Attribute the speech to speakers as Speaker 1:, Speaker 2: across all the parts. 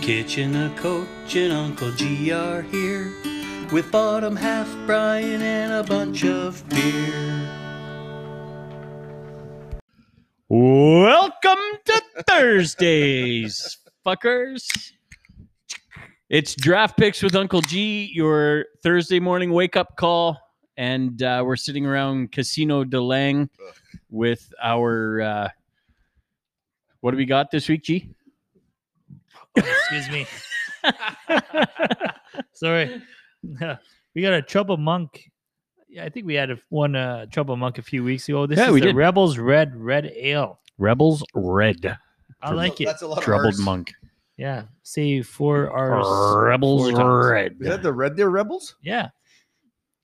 Speaker 1: Kitchener Coach and Uncle G are here with Bottom Half Brian and a bunch of beer.
Speaker 2: Welcome to Thursdays, fuckers. It's draft picks with Uncle G, your Thursday morning wake up call. And uh, we're sitting around Casino DeLang with our. Uh, what do we got this week, G?
Speaker 3: Excuse me. Sorry. we got a Trouble Monk. Yeah, I think we had a, one uh, Trouble Monk a few weeks ago. This
Speaker 2: Yeah,
Speaker 3: is
Speaker 2: we
Speaker 3: the
Speaker 2: did.
Speaker 3: Rebels Red Red Ale.
Speaker 2: Rebels Red,
Speaker 3: I
Speaker 2: Trouble-
Speaker 3: like it.
Speaker 4: That's a lot
Speaker 2: Troubled
Speaker 4: of Rs.
Speaker 2: Monk.
Speaker 3: Yeah. Say four R's.
Speaker 2: Rebels
Speaker 3: Four
Speaker 2: Red.
Speaker 4: Is that the Red Deer Rebels?
Speaker 3: Yeah.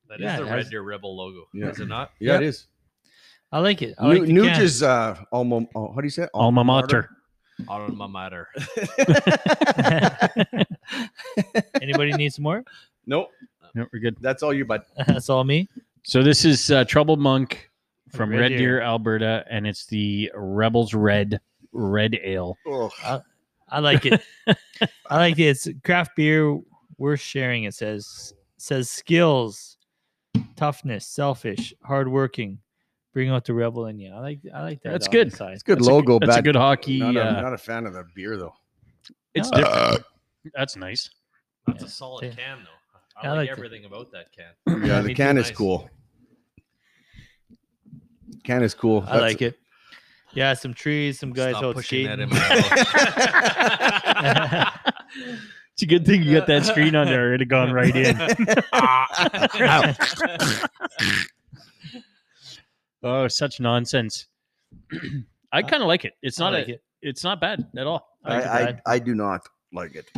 Speaker 5: That is
Speaker 3: Yeah, it
Speaker 5: the
Speaker 3: has-
Speaker 5: Red Deer Rebel logo,
Speaker 4: Yeah.
Speaker 5: is it not?
Speaker 4: Yeah, it is.
Speaker 3: I like it. I
Speaker 4: Nu-
Speaker 3: like the
Speaker 4: Nuge
Speaker 3: can.
Speaker 4: is uh, alma. Oh, how do you say it?
Speaker 2: Alma mater.
Speaker 5: Alma mater.
Speaker 3: Anybody need some more?
Speaker 4: Nope,
Speaker 2: No, we're good.
Speaker 4: that's all you, bud.
Speaker 3: That's all me.
Speaker 2: So this is uh, Troubled Monk from
Speaker 3: Red
Speaker 2: Red,
Speaker 3: Deer.
Speaker 2: Deer. Alberta, and it's the Rebels Red Red Ale.
Speaker 4: Ugh.
Speaker 3: I like it. I like it. It's craft beer worth sharing. It says says skills, toughness, selfish, hardworking. Bring out the rebel in you. I like I like that.
Speaker 2: That's
Speaker 3: on
Speaker 2: good.
Speaker 3: the side.
Speaker 4: It's good
Speaker 2: That's a-
Speaker 4: logo.
Speaker 2: That's a
Speaker 4: bad.
Speaker 2: good hockey.
Speaker 4: Not, a,
Speaker 2: uh,
Speaker 4: not a fan of the beer though.
Speaker 2: it's
Speaker 3: No.
Speaker 2: different. That's nice.
Speaker 5: That's
Speaker 3: Yeah.
Speaker 5: a solid
Speaker 3: Yeah.
Speaker 5: can, though. I,
Speaker 3: I
Speaker 5: like
Speaker 3: liked it.
Speaker 5: everything about that can.
Speaker 4: Yeah,
Speaker 3: me
Speaker 4: the
Speaker 3: too.
Speaker 4: can is
Speaker 5: Nice.
Speaker 4: cool. Can is cool.
Speaker 3: I like it. Yeah, some trees, some guys
Speaker 5: Stop
Speaker 3: out
Speaker 5: pushing that
Speaker 3: skating.
Speaker 5: in my mouth.
Speaker 2: It's a good thing you got that screen on there. It'd have gone right in.
Speaker 5: Ah.
Speaker 2: Oh, such nonsense. I kind of like it. It's
Speaker 3: I
Speaker 2: not
Speaker 3: like
Speaker 2: a,
Speaker 3: it.
Speaker 2: It's not bad at all. I,
Speaker 4: I,
Speaker 2: like it.
Speaker 4: I, I do not like it.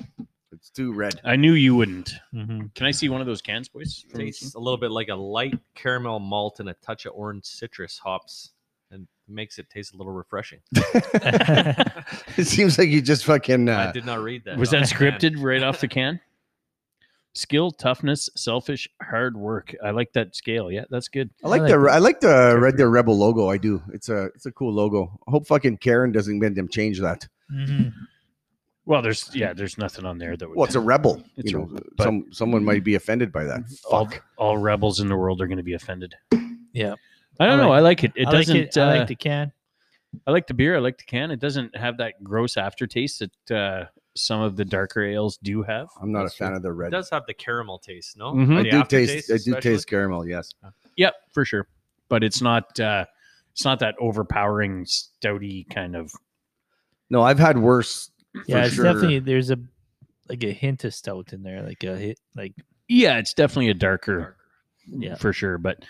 Speaker 4: It's too red.
Speaker 2: I knew you wouldn't.
Speaker 3: Mhm.
Speaker 2: Can I see one of those cans, boys?
Speaker 5: Tastes a little bit like a light caramel malt and a touch of orange citrus hops, and makes it taste a little refreshing.
Speaker 4: It seems like you just fucking.
Speaker 5: I
Speaker 4: Uh,
Speaker 5: did not read that. Oh,
Speaker 2: Was
Speaker 5: on
Speaker 2: that
Speaker 5: the can.
Speaker 2: scripted right off the can? Skill, toughness, selfish, hard work. I like that scale. Yeah, that's good.
Speaker 4: I like
Speaker 3: I
Speaker 4: the
Speaker 3: like
Speaker 4: I like the Red Deer Rebel logo. I do. It's a it's a cool logo. I hope fucking Karen doesn't make them change that.
Speaker 3: Mhm.
Speaker 2: Well, there's yeah, there's nothing on there that would.
Speaker 4: Well, it's a rebel.
Speaker 2: It's
Speaker 4: you
Speaker 2: a-
Speaker 4: know,
Speaker 2: but- Mm-hmm.
Speaker 4: some someone might be offended by that.
Speaker 2: all, all rebels in the world are going to be offended.
Speaker 3: Yeah.
Speaker 2: I don't
Speaker 3: I
Speaker 2: know.
Speaker 3: like
Speaker 2: I like it. It
Speaker 3: I like
Speaker 2: doesn't. uh,
Speaker 3: it. I like the can.
Speaker 2: I like the beer. I like the can. It doesn't have that gross aftertaste that uh, some of the darker ales do have.
Speaker 4: I'm not a
Speaker 2: That's-
Speaker 4: fan of the
Speaker 5: It
Speaker 4: red.
Speaker 5: does have the caramel taste, no?
Speaker 2: Mhm.
Speaker 5: Or
Speaker 4: I
Speaker 5: the
Speaker 4: do taste.
Speaker 5: aftertaste
Speaker 4: I do
Speaker 5: especially?
Speaker 4: taste caramel. Yes.
Speaker 2: Yep, for sure. But it's not. Uh, it's not that overpowering stouty kind of.
Speaker 4: No, I've had worse.
Speaker 3: Yeah, it's
Speaker 4: sure.
Speaker 3: definitely there's a like a hint of stout in there, like a hit, like
Speaker 2: Yeah, it's definitely a darker
Speaker 5: Darker.
Speaker 3: yeah.
Speaker 2: for sure. But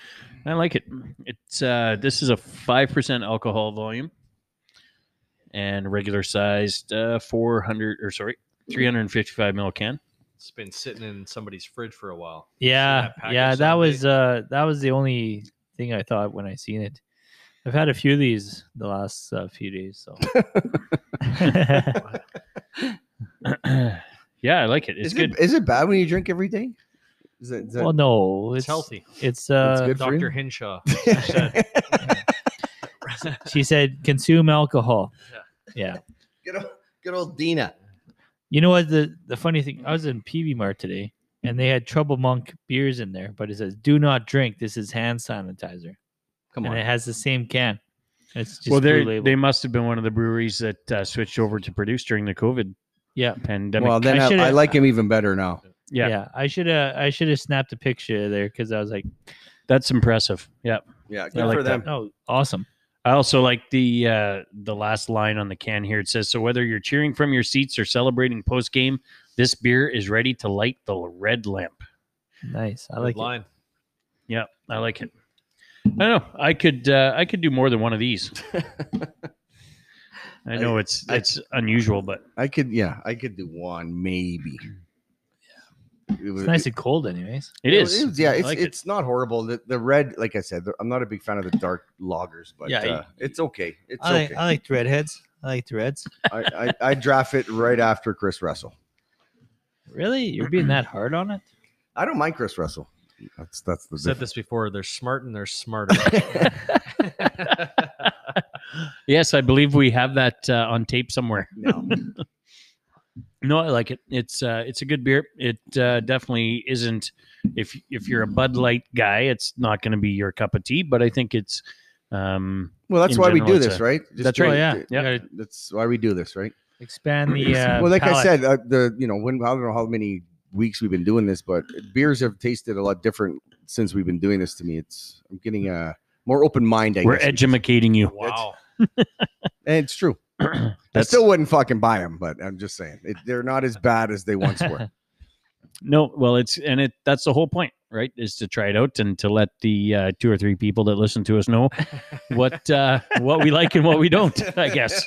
Speaker 2: I like it. It's uh this is a five percent alcohol volume and regular sized uh four hundred or sorry, three hundred and fifty five mil can.
Speaker 5: It's been sitting in somebody's fridge for a while.
Speaker 3: Yeah,
Speaker 5: that package
Speaker 3: yeah, that
Speaker 5: someday.
Speaker 3: was uh that was the only thing I thought when I seen it. I've had a few of these the last uh, few days, so
Speaker 2: yeah, I like it. It's
Speaker 4: is
Speaker 2: good.
Speaker 4: It, is it bad when you drink every day? Is that, is that
Speaker 3: well, no, it's,
Speaker 5: It's healthy.
Speaker 3: It's uh,
Speaker 4: good for you?
Speaker 5: Dr. Hinshaw.
Speaker 3: she said consume alcohol.
Speaker 5: Yeah.
Speaker 3: Yeah,
Speaker 4: good, old, good old Dina?
Speaker 3: you know what the the funny thing? I was in PB Mart today, and they had Trouble Monk beers in there, but it says do not drink. This is hand sanitizer,
Speaker 4: Come
Speaker 3: and
Speaker 4: on.
Speaker 3: it has the same can. It's just
Speaker 2: well,
Speaker 3: blue
Speaker 2: they
Speaker 3: label.
Speaker 2: they must have been one of the breweries that uh, switched over to produce during the COVID
Speaker 3: yeah.
Speaker 2: pandemic.
Speaker 4: Well, then
Speaker 3: I should've-
Speaker 4: I, I like him even better now.
Speaker 2: yeah,
Speaker 3: yeah, I should have I should have snapped a picture there because I was like,
Speaker 2: that's impressive. Yeah,
Speaker 4: Yeah,
Speaker 2: I
Speaker 4: good
Speaker 2: like
Speaker 4: for them.
Speaker 3: oh, awesome.
Speaker 2: I also Oh, like the uh, the last line on the can here. It says, "So whether you're cheering from your seats or celebrating post game, this beer is ready to light the red lamp."
Speaker 3: Nice. I like
Speaker 5: line.
Speaker 2: Yeah, I like it. I know I could uh, I could do more than one of these. I know it's
Speaker 4: I-
Speaker 2: it's unusual, but
Speaker 4: I could. Yeah, I could do one maybe. Yeah, it
Speaker 3: it.
Speaker 4: was
Speaker 3: It's nice and cold anyways.
Speaker 2: it is.
Speaker 4: was- yeah,
Speaker 2: I
Speaker 4: it's
Speaker 2: like it.
Speaker 4: it's not horrible. The, the red, like I said, the- I'm not a big fan of the dark loggers, but
Speaker 3: Yeah,
Speaker 4: uh, it's okay. It's
Speaker 3: I like
Speaker 4: okay.
Speaker 3: I like the redheads. I like the reds.
Speaker 4: I, I, I draft it right after Chris Russell.
Speaker 3: Really? You're being that hard on it?
Speaker 4: I don't mind Chris Russell. That's that's the
Speaker 5: I've said
Speaker 4: difference.
Speaker 5: this before. They're smart and they're smarter.
Speaker 2: yes, I believe we have that uh, on tape somewhere.
Speaker 4: No.
Speaker 2: No, I like it. It's uh, it's a good beer. It uh, definitely isn't. If if you're a Bud Light guy, it's not going to be your cup of tea. But I think it's. Um,
Speaker 4: Well, that's
Speaker 2: In
Speaker 4: why we
Speaker 2: general,
Speaker 4: do
Speaker 2: it's
Speaker 4: this,
Speaker 2: a-
Speaker 4: right? Just
Speaker 2: that's
Speaker 4: drink
Speaker 2: right,
Speaker 3: yeah.
Speaker 4: it.
Speaker 2: Yep.
Speaker 3: Yeah,
Speaker 4: That's why we do this, right?
Speaker 3: expand the. Uh,
Speaker 4: well, like I
Speaker 3: palate.
Speaker 4: said, uh, the you know when I don't know how many weeks we've been doing this, but beers have tasted a lot different since we've been doing this. To me, it's I'm getting a more open mind. I
Speaker 2: we're
Speaker 4: guess.
Speaker 2: edumacating you.
Speaker 5: Wow.
Speaker 4: And it's true. I
Speaker 2: That's-
Speaker 4: still wouldn't fucking buy them, but I'm just saying it, they're not as bad as they once were.
Speaker 2: No, well, it's and it that's the whole point, right? Is to try it out and to let the uh, two or three people that listen to us know what uh, what we like and what we don't. I guess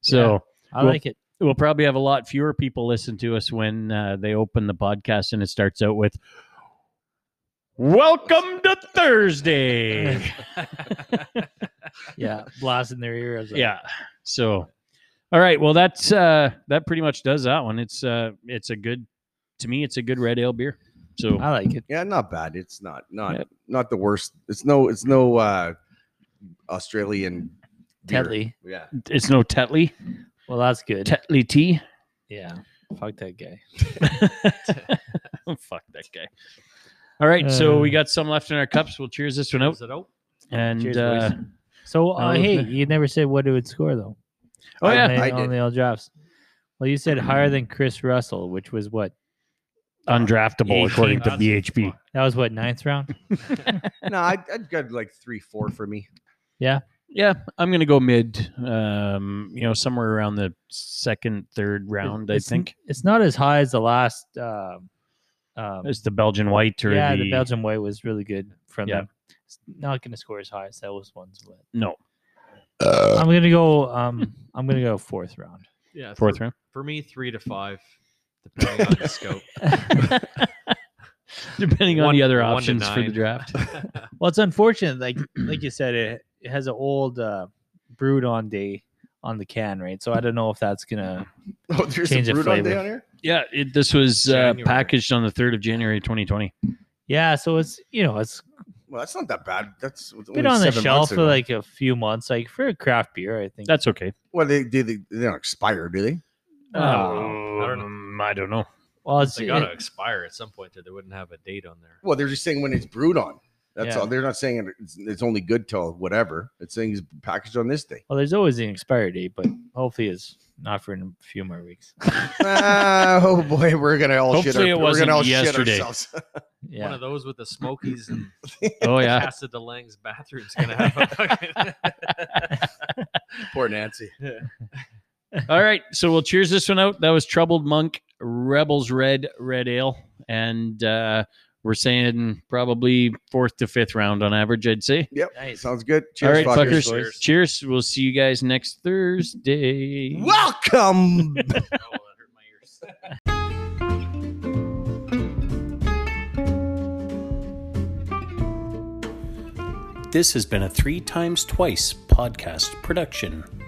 Speaker 2: so.
Speaker 3: I
Speaker 2: well-
Speaker 3: like it.
Speaker 2: We'll probably have a lot fewer people listen to us when uh, they open the podcast and it starts out with "Welcome to Thursday."
Speaker 3: Yeah, blasting their ears.
Speaker 2: yeah. So, all right. Well, that's uh, that pretty much does that one. It's uh, it's a good to me. It's a good red ale beer. So
Speaker 3: I like it.
Speaker 4: yeah, not bad. It's not not
Speaker 2: Yep.
Speaker 4: not the worst. It's no it's no uh Australian beer.
Speaker 3: Tetley.
Speaker 4: Yeah.
Speaker 2: it's no Tetley
Speaker 3: Well, that's good.
Speaker 2: Tetley tea.
Speaker 3: yeah. Fuck that guy.
Speaker 2: Fuck that guy. All right, so we
Speaker 3: Uh.
Speaker 2: got some left in our cups. We'll cheers this one out,
Speaker 5: Is it out?
Speaker 2: and
Speaker 3: Cheers,
Speaker 2: uh,
Speaker 3: boys. So, uh,
Speaker 2: I'll open
Speaker 3: hey,
Speaker 2: it.
Speaker 3: you never said what it would score though.
Speaker 2: Oh,
Speaker 3: On
Speaker 2: yeah.
Speaker 3: the-
Speaker 4: I did.
Speaker 3: on the all drafts. Well, you said higher than Chris Russell, which was what? uh,
Speaker 2: undraftable according to
Speaker 5: That's-
Speaker 2: BHB.
Speaker 3: That was what ninth round.
Speaker 4: no, I I'd got like three, four for me.
Speaker 2: Yeah, I'm gonna go mid. Um, you know, somewhere around the second, third round, I
Speaker 3: It's-
Speaker 2: think.
Speaker 3: It's not as high as the last. Um, um,
Speaker 2: It's the Belgian white or
Speaker 3: yeah,
Speaker 2: the,
Speaker 3: the, Belgian way was really good from
Speaker 2: Yeah.
Speaker 3: them. It's not going to score as high as those ones, but
Speaker 2: no
Speaker 3: I'm going to go. Um, I'm going to go fourth round.
Speaker 5: Yeah.
Speaker 2: fourth
Speaker 5: for,
Speaker 2: round.
Speaker 5: for me, three to five, depending on the scope.
Speaker 2: Depending on
Speaker 5: One-
Speaker 2: the other
Speaker 5: one to
Speaker 2: options for the
Speaker 5: nine.
Speaker 2: draft.
Speaker 3: Well, it's unfortunate. Like like you said, it, it has an old uh, brewed on day on the can, right? So I don't know if that's gonna.
Speaker 4: Oh, there's
Speaker 3: Change
Speaker 4: a
Speaker 3: the
Speaker 4: brood on
Speaker 3: flavor.
Speaker 4: day on here?
Speaker 2: Yeah, it, this was uh,
Speaker 5: January.
Speaker 2: packaged on the third of January, 2020.
Speaker 3: Yeah, so it's you know it's
Speaker 4: Well, that's not that bad. That's it's
Speaker 3: been
Speaker 4: only
Speaker 3: on the
Speaker 4: seven
Speaker 3: shelf
Speaker 4: months
Speaker 3: for
Speaker 4: ago.
Speaker 3: like a few months. Like for a craft beer, I think
Speaker 2: That's okay.
Speaker 4: Well, they do. They, they don't expire, do they?
Speaker 5: Oh, I don't know.
Speaker 2: Um, I don't know.
Speaker 3: Um, well, it's
Speaker 5: They got to expire at some point, or they wouldn't have a date on there.
Speaker 4: Well, they're just saying when it's brewed on. That's
Speaker 3: Yeah.
Speaker 4: all. They're not saying it- it's, it's only good till whatever. It's saying it's packaged on this day.
Speaker 3: Well, there's always an expiry date, but hopefully it's not for a few more weeks.
Speaker 4: Ah, oh boy, we're gonna all shit. Our,
Speaker 2: Hopefully it
Speaker 4: we're
Speaker 2: wasn't
Speaker 4: gonna all
Speaker 2: yesterday.
Speaker 4: shit ourselves.
Speaker 5: One
Speaker 3: Yeah.
Speaker 5: of those with the Smokies and
Speaker 2: Oh yeah,
Speaker 5: Casa de Lang's bathroom's gonna have a fucking.
Speaker 4: Poor Nancy.
Speaker 2: All right, so we'll cheers this one out. That was Troubled Monk Rebels Red Red Ale, and uh, we're saying probably fourth to fifth round on average, I'd say.
Speaker 3: Nice.
Speaker 4: Sounds good.
Speaker 2: All right,
Speaker 4: Cheers,
Speaker 2: fuckers.
Speaker 4: fuckers.
Speaker 2: Cheers. We'll see you guys next Thursday.
Speaker 4: Welcome.
Speaker 5: oh, that hurt my ears.
Speaker 1: This has been a Three Times Twice podcast production.